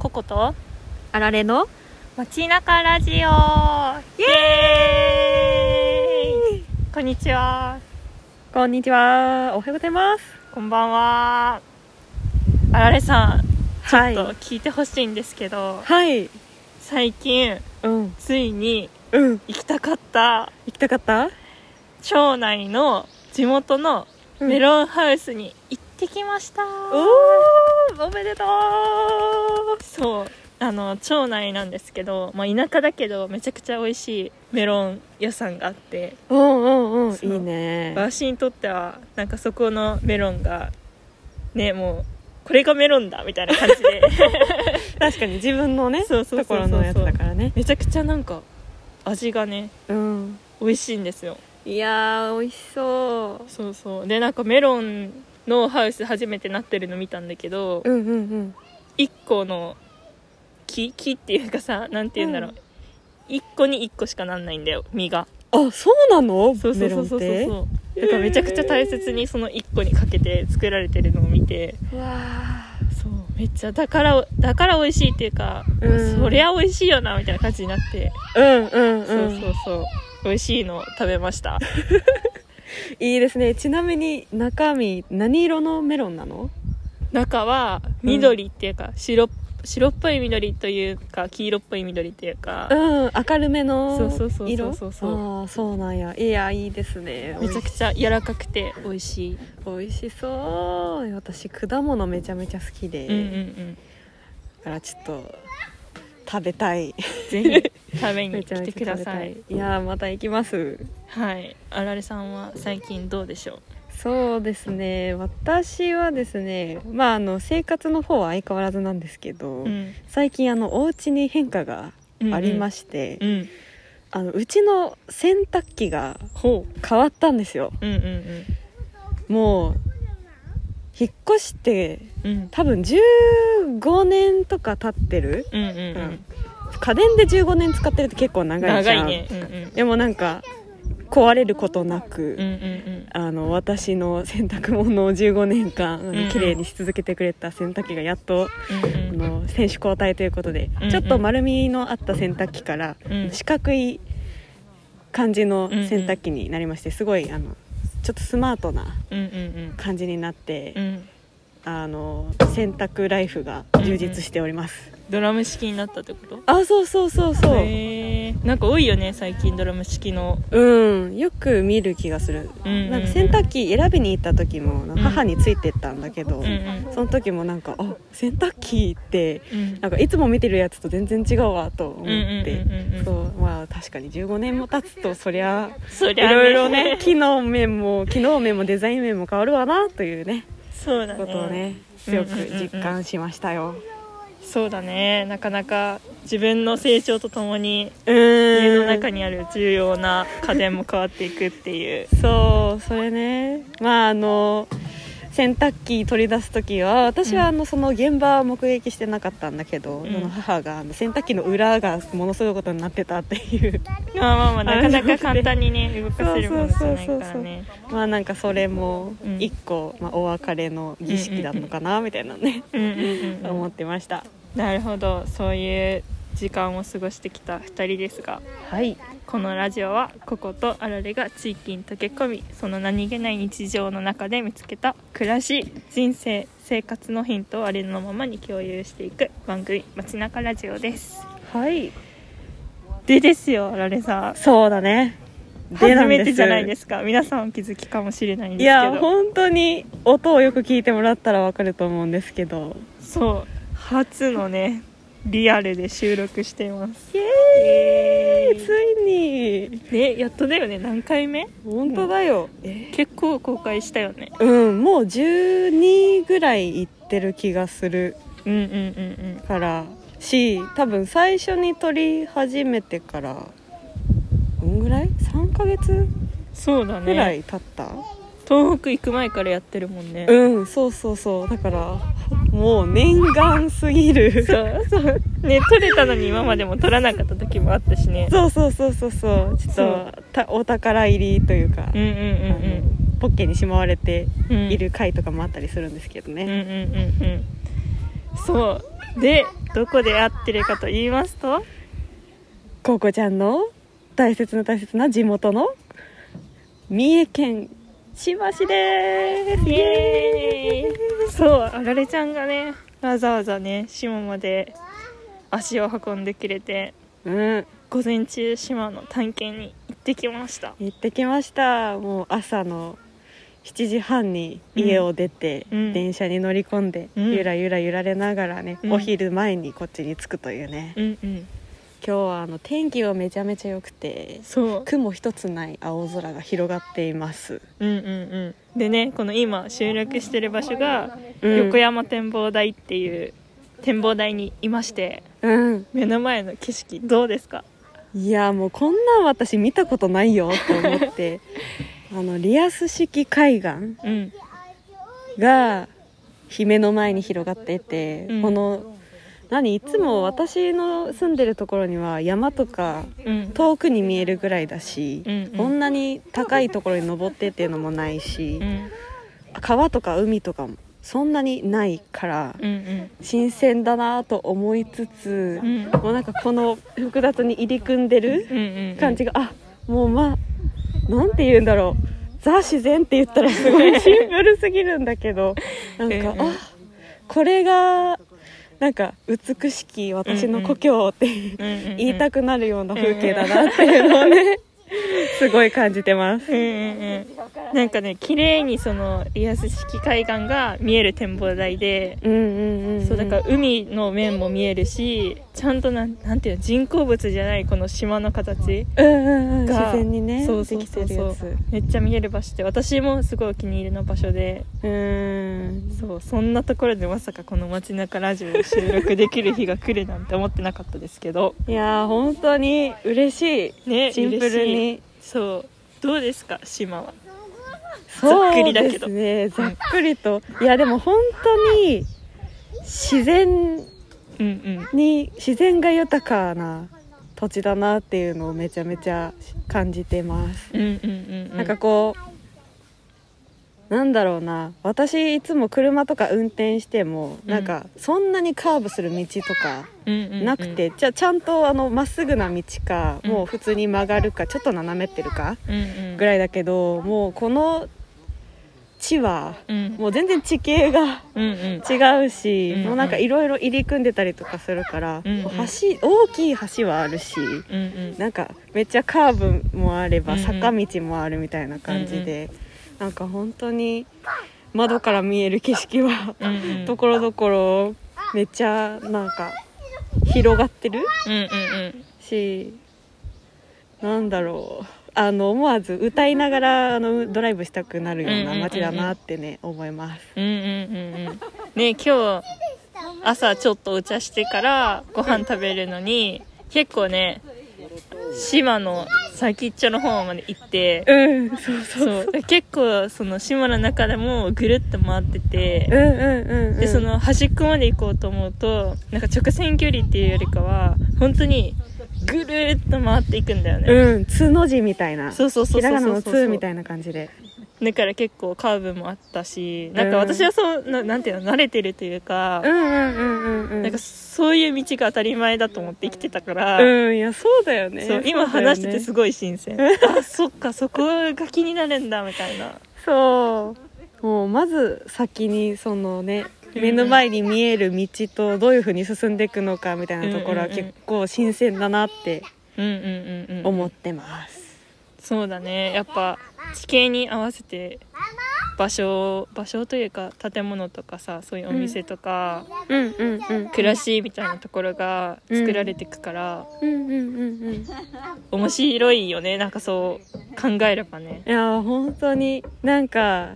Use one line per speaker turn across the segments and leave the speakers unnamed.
こと
あられの
街中ラジオイエーイこんにちは
こんにちはおはようございます
こんばんはあられさんちょ
は
っ
い
と聞いてほしいんですけど、
はい
最近
うん
ついに
うん
行きたかった
行きたかった
町内の地元のメ
ン
ロンハウスに行ってきました、
おーおめでとう
そうあの町内なんですけど、まあ、田舎だけどめちゃくちゃ美味しいメロン屋さんがあって
うんうんうん
そう
いいね
私にとってはなんかそこのメロンがねもうこれがメロンだみたいな感じで
確かに自分のね
そうそうそう
とこ
そう
ろのやつだからね
めちゃくちゃなんか味がね
うん
美味しいんですよ
いやー美味しそ
そうそうでなんかメロンのハウス初めてなってるの見たんだけど
ううんうんうん
1個の木木っていうかさなんて言うんだろ
う
う、一1個に1個しかなんないんだよ実が
あそうなの
そうそ
メ
うそ
ロン
う
っ
そう
て
そうだからめちゃくちゃ大切にその1個にかけて作られてるのを見て
うわ
そうめっちゃだからだから美味しいっていうか、
うん
そりゃ美味しいよなみたいな感じになって、
ーうんうんうん
そうそうそう美味しいの食べました
いいですねちなみに中身何色のメロンなの
中は緑っていうか、白っ白っぽい緑というか黄色っぽい緑っていうか、
うん明るめの色
そうそうそうそうそうそう
ああそうなんやいやいいですね
めちゃくちゃ柔らかくて美味しい、
美味しそう私果物めちゃめちゃ好きで、
うんうんうん
だからちょっと食べたい
ぜひ食べ
め
に
ちゃ
来
め
て
ち
く
ゃ
だ
食べ
さ
た
い
いいやーまた行きます
はいあられさんは最近どうでしょ
そうですね私はですねまああの生活の方は相変わらずなんですけど、
う、うん
最近あのお家に変化がありま
し
して、
たうん
あのうちの洗濯機が
ほ
変わったんですよ
ううんうん
もう引っ越して
うんうん
多分15年とか経ってる、
うんうんう
うん
ん
家電で15年使ってるって結構長いじ
長
ゃ
い
ん
ねうんうん
でもなんか壊れることなく、
うんうん
あの私の洗濯物を15年間、あの
うん
綺麗にし続けてくれた洗濯機がやっと、
うんうん
あの選手交代ということで、
うん
ちょっと丸みのあった洗濯機から、
うん
四角い感じの洗濯機になりましてすごいあのちょっとスマートな
うんうん
感じになって、
うんうん
あの洗濯ライフが充実しております、
ドラム式になったってこと
あそうそうそうそう、
へーなんか多いよね最近ドラム式の
うんよく見る気がする、
うんうんうん
なんか洗濯機選びに行った時も母についてったんだけ
う
ど、
んうん
その時もなんかあ洗濯機って
うん
なんかいつも見てるやつと全然違うわと思
う
っ
んうんうんう
て
ん
そうまあ確かに15年も経つとそりゃ
そ
い
りゃ
ろいろね機能面も機能面もデザイン面も変わるわなというね
そうだ
ことを
ね
ね強く実感しましたよ
そうだねなかなか自分の成長とともに
うん
家の中にある重要な家電も変わっていくっていう
そうそれねまああの洗濯機取り出す時は私はあの、その現場は目撃してなかったんだけど、
ん
その母があの洗濯機の裏がものすごいことになってたっ ていう
まあまあまあなかなか簡単に ね動かせるものじゃないからね
まあなんかそれも
うん
一個、まあ、お別れの儀式だったのかなみたいなね、
うんうんうん
思
う
っ
ん
てました
なるほどそういう時間を過ごしてきた2人ですが
はい
このラジオはココとアラレが地域に溶け込みその何気ない日常の中で見つけた暮らし人生生活のヒントをありのままに共有していく番組「街中ラジオ」です
はい
でですよアラレさん
そうだね
初めてじゃないですすか皆さんお気づきかもしれないんですけ
い
ど
や本当に音をよく聞いてもらったらわかると思うんですけど
そう初のねリアルで収録しています
イエーイ
イエーイ
ついに
ねやっとだよね何回目
本当だよ、え
結構公開したよね
うんもう12ぐらい行ってる気がする
うんうんうん
からし多分最初に撮り始めてからどんぐらい ?3 ヶ月
うんそうだね
ぐらい経った、
東北行く前からやってるもんね
うんそうそうそうだからもう念願すぎる
そ
そう
そうね撮れたのに今までも撮らなかった時もあったしね
うそうそうそうそうちょ
そ
っとたお宝入りというか、
うんうん
あのポッケにしまわれて
うんうん
いる回とかもあったりするんですけど
うん
ね、
うんうんうんそうでどこで会ってるかと言いますと
ココちゃんの大切な大切な地元の三重県千葉市です
イエーイそうあられちゃんがねわざわざね島まで足を運んでくれて
うん
午前中島の探検に行ってきました
行ってきましたもう朝の7時半に家を出て、
うん
電車に乗り込んで、
うん
ゆらゆら揺られながらね、
うん
お昼前にこっちに着くというね、
うんうん
今日はあの天気はめちゃめちゃ良くて
そう
雲一つない青空が広がっています、
うんうんうんでねこの今収録してる場所が
うん
横山展望台っていう展望台にいまして
うん
目の前の景色どうですか
いやもうこんなん私見たことないよと思って あのリアス式海岸
うん
が姫の前に広がっていて、
うん
この何いつも私の住んでるところには山とか
うん
遠くに見えるぐらいだし、
うんうん
こんなに高いところに登ってっていうのもないし、
うん
川とか海とかもそんなにないから
うんうん
新鮮だなと思いつつ、
うん
もうなんかこの複雑に入り組んでる
うんうん
感じがあもうまあなんて言うんだろうザ自然って言ったらすごいシンプルすぎるんだけどなんか、
うんうん
あこれがなんか美しき私の故郷って
うんうんうん
言いたくなるような風景だなっていうのをねすごい感じてます。
うんうんうんなんかね綺麗にそのリアス式海岸が見える展望台で、
うんうんうん、
そうだから海の面も見えるしちゃんとなんなんていうの人工物じゃないこの島の形
うんうんうん、
が
自然にね
そうそう
でき
そ
て
う
る
そ
や
う
つ
めっちゃ見える場所で私もすごいお気に入りの場所で
うん
そうそんなところでまさかこの街中ラジオを収録できる日が来るなんて思ってなかったですけど
いやー本当に嬉しい
ね
シンプル
嬉し
に
いそうどうですか島は
そ
ざっく
う
りだ
で
けど
すねざっくりといやでも本当に自
う
然
んうん
に自然が豊かな土地だなっていうのをめちゃめちゃ感じてます、
うんうんうんうん
なんかこうなんだろうな私いつも車とか運転しても、
うん
なんかそんなにカーブする道とか
うんうんうん
なくて、じゃあちゃんとあのまっすぐな道か、
うん
もう普通に曲がるかちょっと斜めってるか
うんうん
ぐらいだけどもうこの地は
うん
もう全然地形が
うんうん
違うし、
うんうん
もうなんかいろいろ入り組んでたりとかするから、
うんうん
もう橋大きい橋はあるし
うんうん
なんかめっちゃカーブもあれば
うんうん
坂道もあるみたいな感じで、なんか本当に窓から見える景色は
うんうん
ところどころめっちゃなんか広がってる
うんうん
しなんだろうあの思わず歌いながらあのドライブしたくなるような街だなってね思います
うんうんうんうんうんね今日朝ちょっとお茶してからご飯食べるのに結構ね島の先っちょの方まで行って
うんそうそう
そう結構その島の中でもぐるっと回って
うん
て
うんうんうん
でその端っこまで行こうと思うとなんか直線距離っていうよりかは本当にぐるっと回っていくんだよね、
うん「つ」の字みたいな
そうそうそうそうそう
ひらがなの「つ」みたいな感じで
だから結構カーブもあったしなん
うん
か私はそうななんていうの慣れてるというか
うんうんうんうんう
なんかそういう道が当たり前だと思って生きてたから、
うんいやそうだよね
そう今話しててす
ごい
ごい新鮮、あそっかそこが気になるんだみたいな
そうもうまず先にそのね目の前に見える道とどういうふうに進んでいくのかみたいなところは結構新鮮だなって
うんうんうんうん
思ってます、
そうだねやっぱ地形に合わせて場所場所というか建物とかさそういうお店とか、
うんうんうん
暮らしみたいなところが作られていくから、
うんうんうんうんい
面白いよねなんかそう考えればね
や本当になんか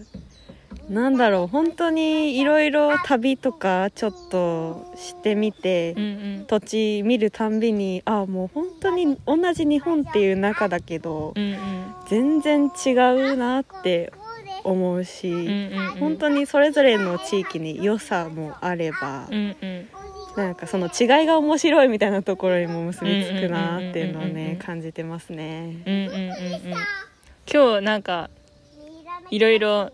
なんだろう本当にいろいろ旅とかちょっとしてみて、
うんうん
土地見るたんびにあもう本当に同じ日本っていう中だけど、
うんうん
全然違うなって思うし、
うんうんうん
本当にそれぞれの地域に良さもあれば、
うんうん
なんかその違いが面白いみたいなところにも結びつくなっていうのを
うんうんうんうんうんう
ね
ん
感じてますね。
うんうんうんうん今日なんかいろいろ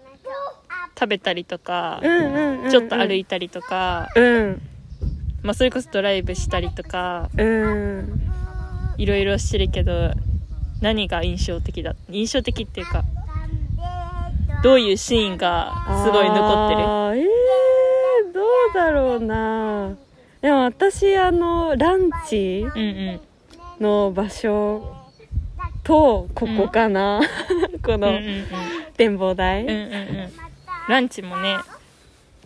食べたりとか、
うんうんうんうん
ちょっと歩いたりとか、
うん
まあ、それこそドライブしたりとか
うん
いろいろしてるけど何が印象的だ印象的っていうかどういうシーンがすごい残ってる
あーえー、どうだろうなでも私あのランチ
うんうん
の場所とここかな、
う
こ
んう
の
ん
展望台、
うんうんうんうんランチもね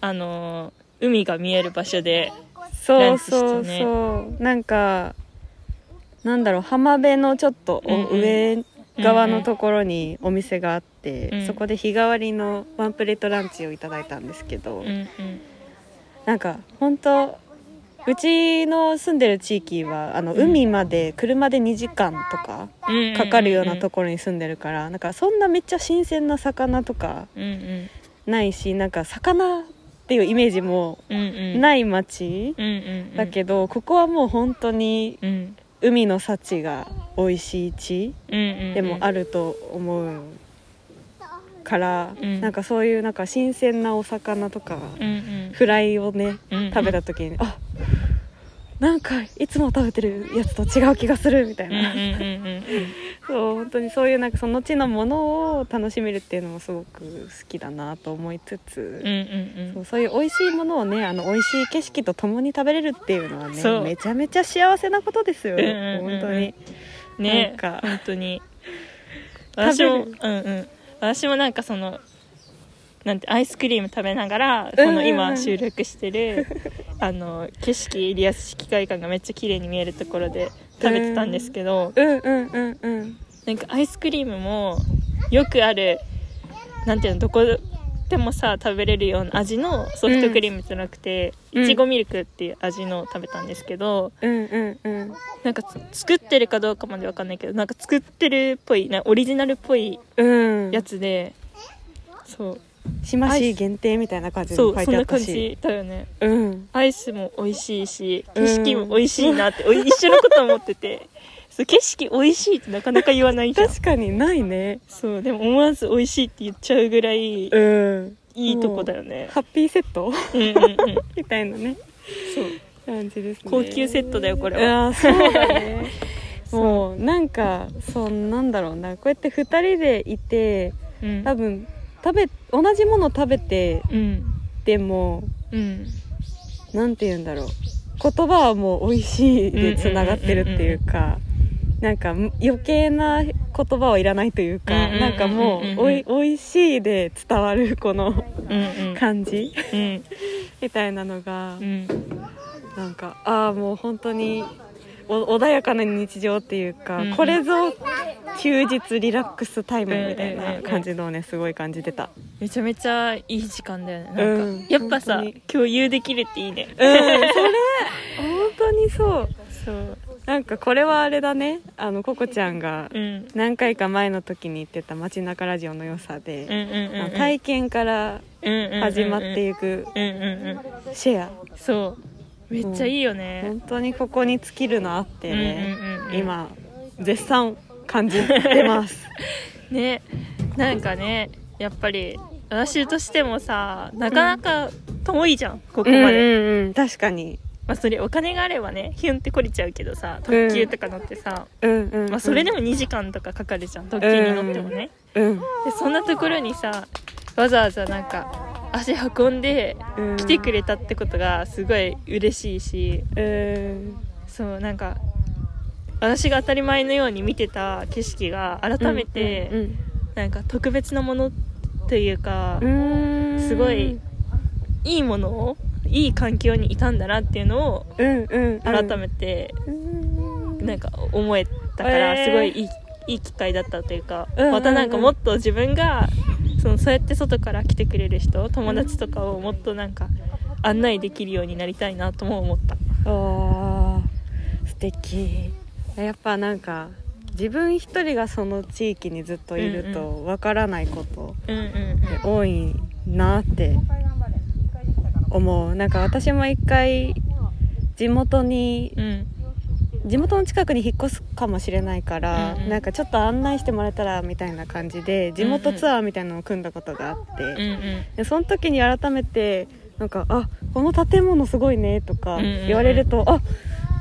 あのー海が見える場所で
そうそう
ランチ
そう、なんかなんだろう浜辺のちょっとお
うんうん
上側のところにお店があって、
うん
そこで日替わりのワンプレートランチをいただいたんですけど、
うんうん
なんか本当うちの住んでる地域はあの
うん
海まで車で2時間とか
うんうんうん
かかるようなところに住んでるから、なんかそんなめっちゃ新鮮な魚とか
うんうん
ないしなんか魚っていうイメージも
うんうん
ない町
うんうんうん
だけど、ここはもう本当に
うん
海の幸が美味しい地
うんうん
でもあると思うから、
うん
なんかそういうなんか新鮮なお魚とか、
うんうん
フライをね
うんうん
食べた時に、あなんかいつも食べてるやつと違う気がするみたい
うんうん
な、
うんうんうん
そう本当にそういうなんかその地のものを楽しめるっていうのもすごく好きだなと思いつつ、
うんうん
そううそういう美味しいものをねあの美味しい景色とともに食べれるっていうのはね
そう
めちゃめちゃ幸せなことです
う
よ、
んうんうんうん
本当に
んね
なんか
本当に
食
私
べる
もうんうん私もなんかそのなんてアイスクリーム食べながらこ
うんうんう
の
ん
今収録してるあの景色リアス式外観がめっちゃ綺麗に見えるところで食べてたんですけど
うんうんうんうん
なんかアイスクリームもよくあるなんていうのどこでもさ食べれるような味のソフトクリームじゃなくて、
うん
いちごミルクっていう味のを食べたんですけど
うんうんうん
なんかつ作ってるかどうかまでわかんないけどなんか作ってるっぽいなオリジナルっぽい
うん
やつで、そう
島市限定みたいな感じで
そ
書
う
い
そん
てあっ
な
た
感
し
じだよね
うん
アイスも美味しいし
うん
景色も美味しいなって、おい一緒のこと思っててそう景色美味しいってなかなか言わないじゃん
確かにないね
そうでも思わず美味しいって言っちゃうぐらい
うん
いいとこだよね。
ハッピーセット
うんうんうん。
みたいなね
そう。
感じですね
高級セットだよこれは。
あそう だねもうなんかそうなんだろうなこうやって2人でいて
うん
多分食べ同じもの食べて
うん
でも
うん
なんて言うんだろう言葉はもう「美味しい」でつながってるっていうか。なんかむ余計な言葉はいらないというか、
うんうんうんうんうん
なんかもうおい「おいしい」で伝わるこの
うん
感じ
うん
みたいなのが
うんうん
なんかああもう本当にお穏やかな日常っていうか、
うんうん
これぞ休日リラックスタイムみたい
うんうんうんう
なん感じのをねすごい感じてた、
めちゃめちゃいい時間だよね。なんか、
うん
やっぱさ
本当に
共有できるっていいね。
うん、それ本当にそう
そう。
なんかこれはあれだねあのココちゃんが
うん
何回か前の時に言ってた街中ラジオの良さ
うんう
で、
んうん
あ
う
の
ん。
体験から始まって
い
いく
うんうんうん。
シェア、
そう。めっちゃいいよね。
本当にここに尽きるなってね、
うんうんうんうん
今絶賛感じてます
ねなんかねやっぱり私としてもさなかなか遠いじゃん、ここまで、
うんうんうん、確かに
まあそれお金があればねヒュンってこりちゃうけどさ特急とか乗ってさ、
うんうん、うん
まあ、それでも2時間とかかかるじゃん特急に乗ってもね、
うん
でそんなところにさわざわざなんか足運んで
うん
来てくれたってことがすごい嬉しいし
うん
そうなんか私が当たり前のように見てた景色が改めて、
うん
なんか特別なものというか、
うんうん
すごいいいものをいい環境にいたんだなっていうのを
うんうん
改めて
うん
なんか思えたから、
え
す
ー
ごいいいいい機会だったというか、
うんうんうん
またなんかもっと自分がそのそうやって外から来てくれる人友達とかをもっとなんか案内できるようになりたいなとも思った。
あー素敵やっぱなんか自分一人がその地域にずっといる
う
とわからないこと
うんうん
多いなって思うなんか私も一回地元に
うんうん
地元の近くに引っ越すかもしれないから、
うんうん
なんかちょっと案内してもらえたらみたいな感じで地元ツアーみたいなのを組んだことがあって、
うんうん
でその時に改めてなんか「あこの建物すごいね」とか
うんうんうん
言われると「あ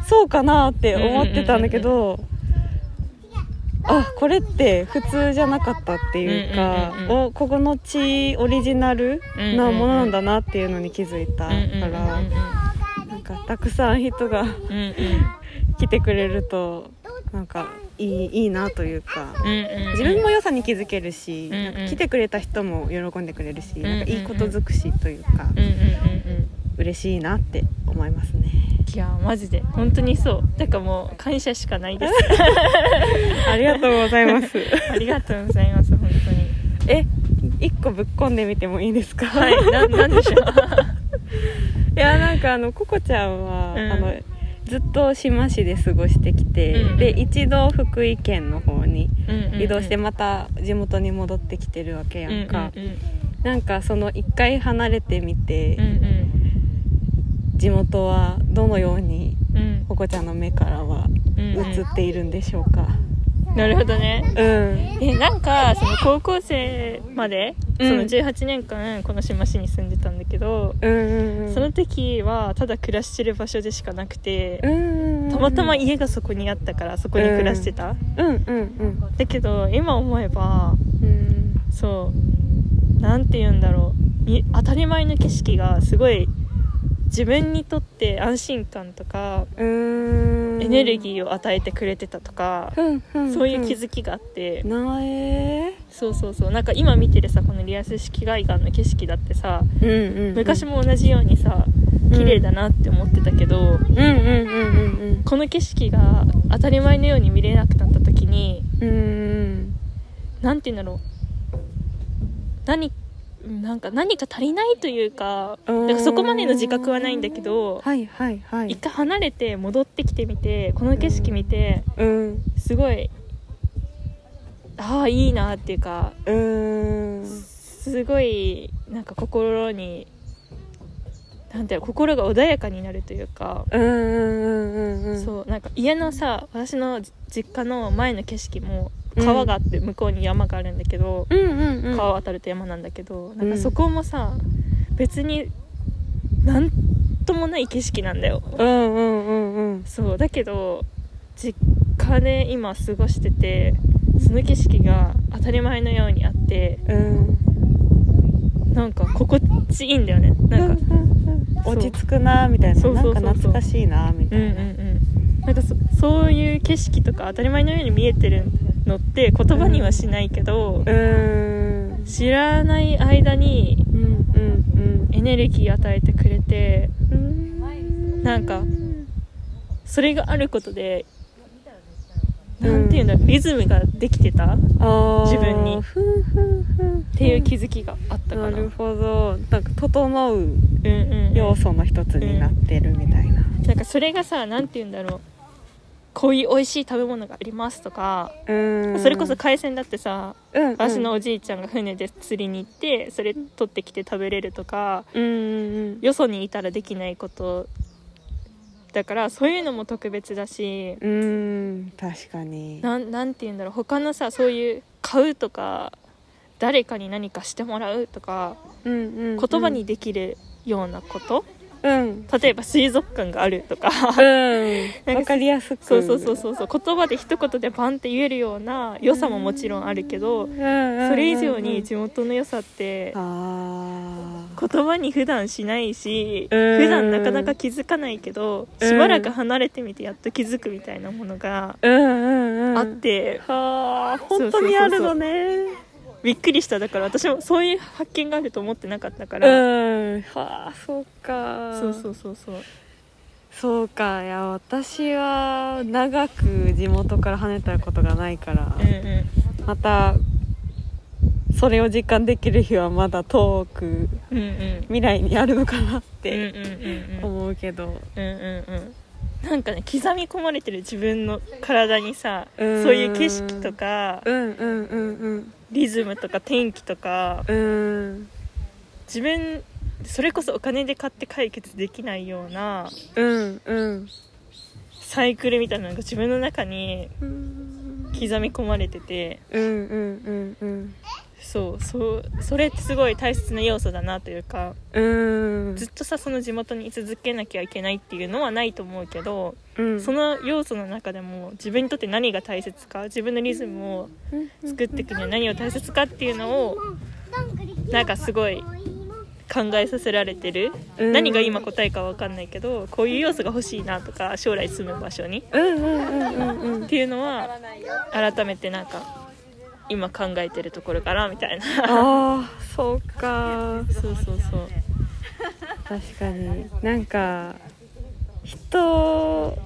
そうかな」って思ってたんだけど、あこれって普通じゃなかったっていうか、
うんうんうん
おここの地オリジナルなものなんだなっていうのに気づいた
だ
から、なんかたくさん人が
うんうん
来てくれるとなんかいいいいなというか。
うんうん
自分も良さに気づけるし、
うんうん
なんか来てくれた人も喜んでくれるし、
んうんうん
なんかいいこと尽くしというか、
うんうんうんうん
嬉しいなって思いますね
いやマジで本当にそうだからもう感謝しかない です
ありがとうございます
ありがとうございます本当に
え一個ぶっこんでみてもいいですか、、
はいいな なんでしょう
やなんかあのココちゃんは、
うん
あのずっと志摩市で過ごしてきて、
うんうん
で一度福井県の方に
うんうんうん
移動してまた地元に戻ってきてるわけや
うん
んか、
うんうん
なんかその一回離れてみて、
うん
地元はどのように
うん
ココちゃんの目からは
うんうん
映っているんでしょうか。
なるほどね
うん。
えなんかその高校生までそ
うん
の18年間この島市に住んでたんだけど、
うんうんうん。
その時はただ暮らしてる場所でしかなくて
う、んうんうん。
たまたま家がそこにあったからそこに暮らしてた、
うんうんうん
だけど今思えば
うん。
そうなんて言うんだろうみ当たり前の景色がすごい自分にとって安心感とか
うん。
エネルギーを与えてくれてたとか、
うんうんん。
そういう気づきがあって、
なえ
そうそうそうなんか今見てるさこのリアス式海岸の景色だってさ
ー。うんうんうん。
昔。も同じようにさ綺麗だなって思ってたけど、
うんうんうんうん
この景色が当たり前のように見れなくなった時に
うん。うん
何て言うんだろう何なんか何か足りないというか
う
だ
ん。
からそこまでの自覚はないんだけど
はいはいはい。
一回離れて戻ってきてみてこの景色見て
うん
すごいああいいなっていうか
うん。
すごいなんか心になんていうの心が穏やかになるというか、
うんうんうんうん。う。
そうなんか家のさ私の実家の前の景色も川があって向こうに山があるんだけど、
うんうんうん。
川を渡ると山なんだけどなん
う
か
ん
そこもさ別になんともない景色なんだよ
うんうんうんうん。
そうだけど実家で今過ごしててその景色が当たり前のようにあって
うん。
なんか心地いいんだよねなんかそう
落ち着くなみたいな
そう
な
そ
ん
うそ
か
うそう
懐かしいなみた
うんう
い
んう
な
んなんかそそういう景色とか当たり前のように見えてるのって言葉にはしないけど、
うーん
知らない間に
うんうん
エネルギー与えてくれて
うん
なんかそれがあることで
うん
なんていうんだろうリズムができてたっ
あー
自分に
ふんふんふん
ていう気づきがあったかな
なるほどなんか整う
うんうんうん
要素の一つになってるみたいな
なんかそれがさなんていうんだろうこういう美味しい食べ物がありますとか、
うん
それこそ海鮮だってさ
うんうん
私のおじいちゃんが船で釣りに行ってそれ取ってきて食べれるとか
うんうん
よそにいたらできないことだからそういうのも特別だし
うんうん確かに
なんなんて言うんだろう他のさそういう買うとか誰かに何かしてもらうとか
うんうんうん
言葉にできるようなこと、
うん
例えば水族館があると か
うんわかりやすく
そうそうそうそうそう言葉で一言でバンって言えるような良さももちろんあるけど
うんうんうん
それ以上に地元の良さって
あー
言葉に普段しないし
うん
普段なかなか気づかないけど
うん
しばらく離れてみてやっと気づくみたいなものが
うんうんうん
あって
はあ本当にあるのね
びっくりしただから私もそういう発見があると思ってなかったか
う
ら
んはあそうか
そうそうそうそう
そうかいや私は長く地元から離れたことがないから、
うんうん
またそれを実感できる日はまだ遠く
うんうん
未来にあるのかなっ
うんうん
て
うんうん
思うけど、
うんうんうんなんかね刻み込まれてる自分の体にさそう
うん
いう景色とか
うん、うんうんうん
リズムとか天気とか
うん
自分それこそお金で買って解決できないような
うんうん
サイクルみたいなのが自分の中に
うん
刻み込まれてて
うんうんうんうん
そうそうそれってすごい大切な要素だなというか
うーん
ずっとさその地元に居続けなきゃいけないっていうのはないと思うけど、
うん
その要素の中でも自分にとって何が大切か自分のリズムを作っていくには何を大切かっていうのをなんかすごい考えさせられてる、
うん
何が今答えかわかんないけどこういう要素が欲しいなとか将来住む場所に
うんうんうんうんうん
っていうのは改めてなんか今考えてるところかなみたいな
ああそうか
そうそうそう
確かになんか人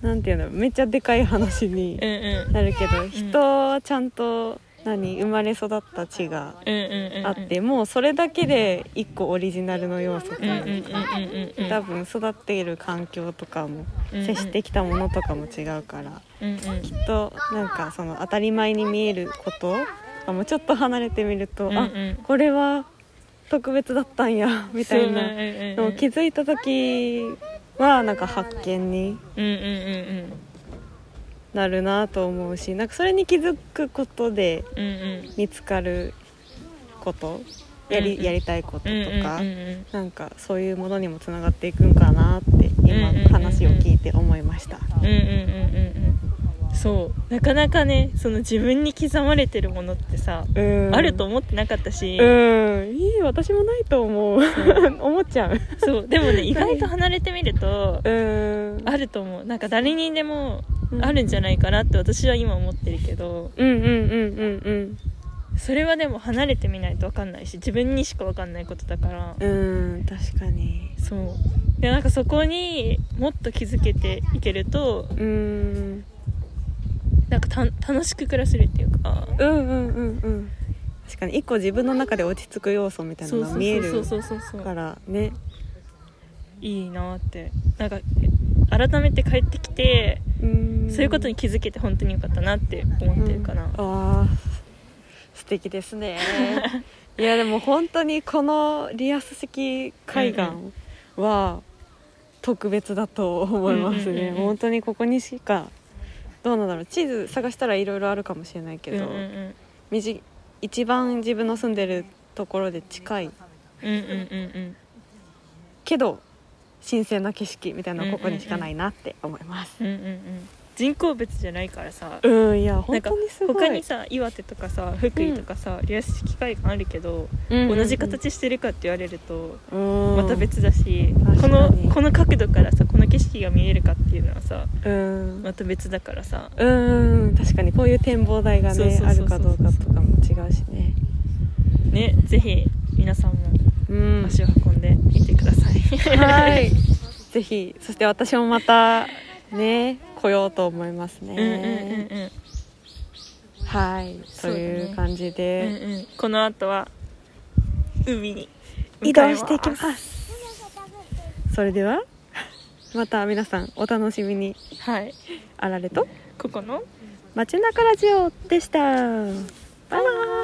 なんていうのめっちゃでかい話に
うんうん
なるけど人はちゃんと何生まれ育った地が
うんうんうん
あってもうそれだけで一個オリジナルの要素と
うんうんうんうんうん
多分育っている環境とかも
うんうん
接してきたものとかも違うから
うんうん
きっとなんかその当たり前に見えることあもうちょっと離れてみると、
うんうん
あこれは特別だったんや みたいな
で
のを気づいた時はなんか発見に
うんうんうん
なるなと思うしなんかそれに気づくことで
うんうんうん
見つかることや
うんう
り
ん
やりたいことと
うんうんう
か
んうん
なんかそういうものにもつながっていくんかなって今
うんうんうん
話を聞いて思いました。
うんうんうんうんうんそうなかなかねその自分に刻まれてるものってさ
うん
あると思ってなかったし、
うんいい私もないと思う 思っちゃう
そうでも ね意外と離れてみると
うん
あると思うなんか誰にでも
うん
あるんじゃないかなって私は今思ってるけど
うんうんうんうん
それはでも離れてみないと分かんないし自分にしか分かんないことだから
うんうん確かに
そうでなんかそこにもっと気づけていけると
うん
なんかた楽しく暮らせるっていうか
うんうんうんうん確かに一個自分の中で落ち着く要素みたいな
そう
の
そ
が
う
見え
そう
る
そうそうそう
からね
いいなってなんか改めて帰ってきて
うん
そういうことに気づけて本当によかったなって思ってるかな、
うんあー素敵ですね いやでも本当にこのリアス式海岸は特別だと思います
うんうん
ね
うんうん
本当にここにしかどうなんだろう地図探したらいろいろあるかもしれないけど、
うんうん
みじ一番自分の住んでるところで近い
うんうんうん
けど新鮮な景色みたいなのはここにしかないなって思います
うんうんうんうんうん人口別じゃないからさ
うん、いや
な
本
んか
当にすごい
他にさ岩手とかさ福井とかさ、リアス式海岸あるけど、同じ形してるかって言われるとま
ま
た別だし、
確
こ
か
の
に
この角度からさこの景色が見えるかっていうのはさ
うん
また別だからさ
うん確かにこういう展望台が
そう
ね
そう
あ
そうそ
る
う
かどうかとかも違うしね
ねぜひ皆さんも
うん
足を運んでみてくだ さい。
はいぜひそして私もまたね来ようと思います
うんうんうん
ね
うん
はいと
そうだね
いう感じ
うん
で
うん、この後は海に。
移動していきますすそれではまた皆さんお楽しみに
はい、
あられと
ここの
街中ラジオでしたバイバイ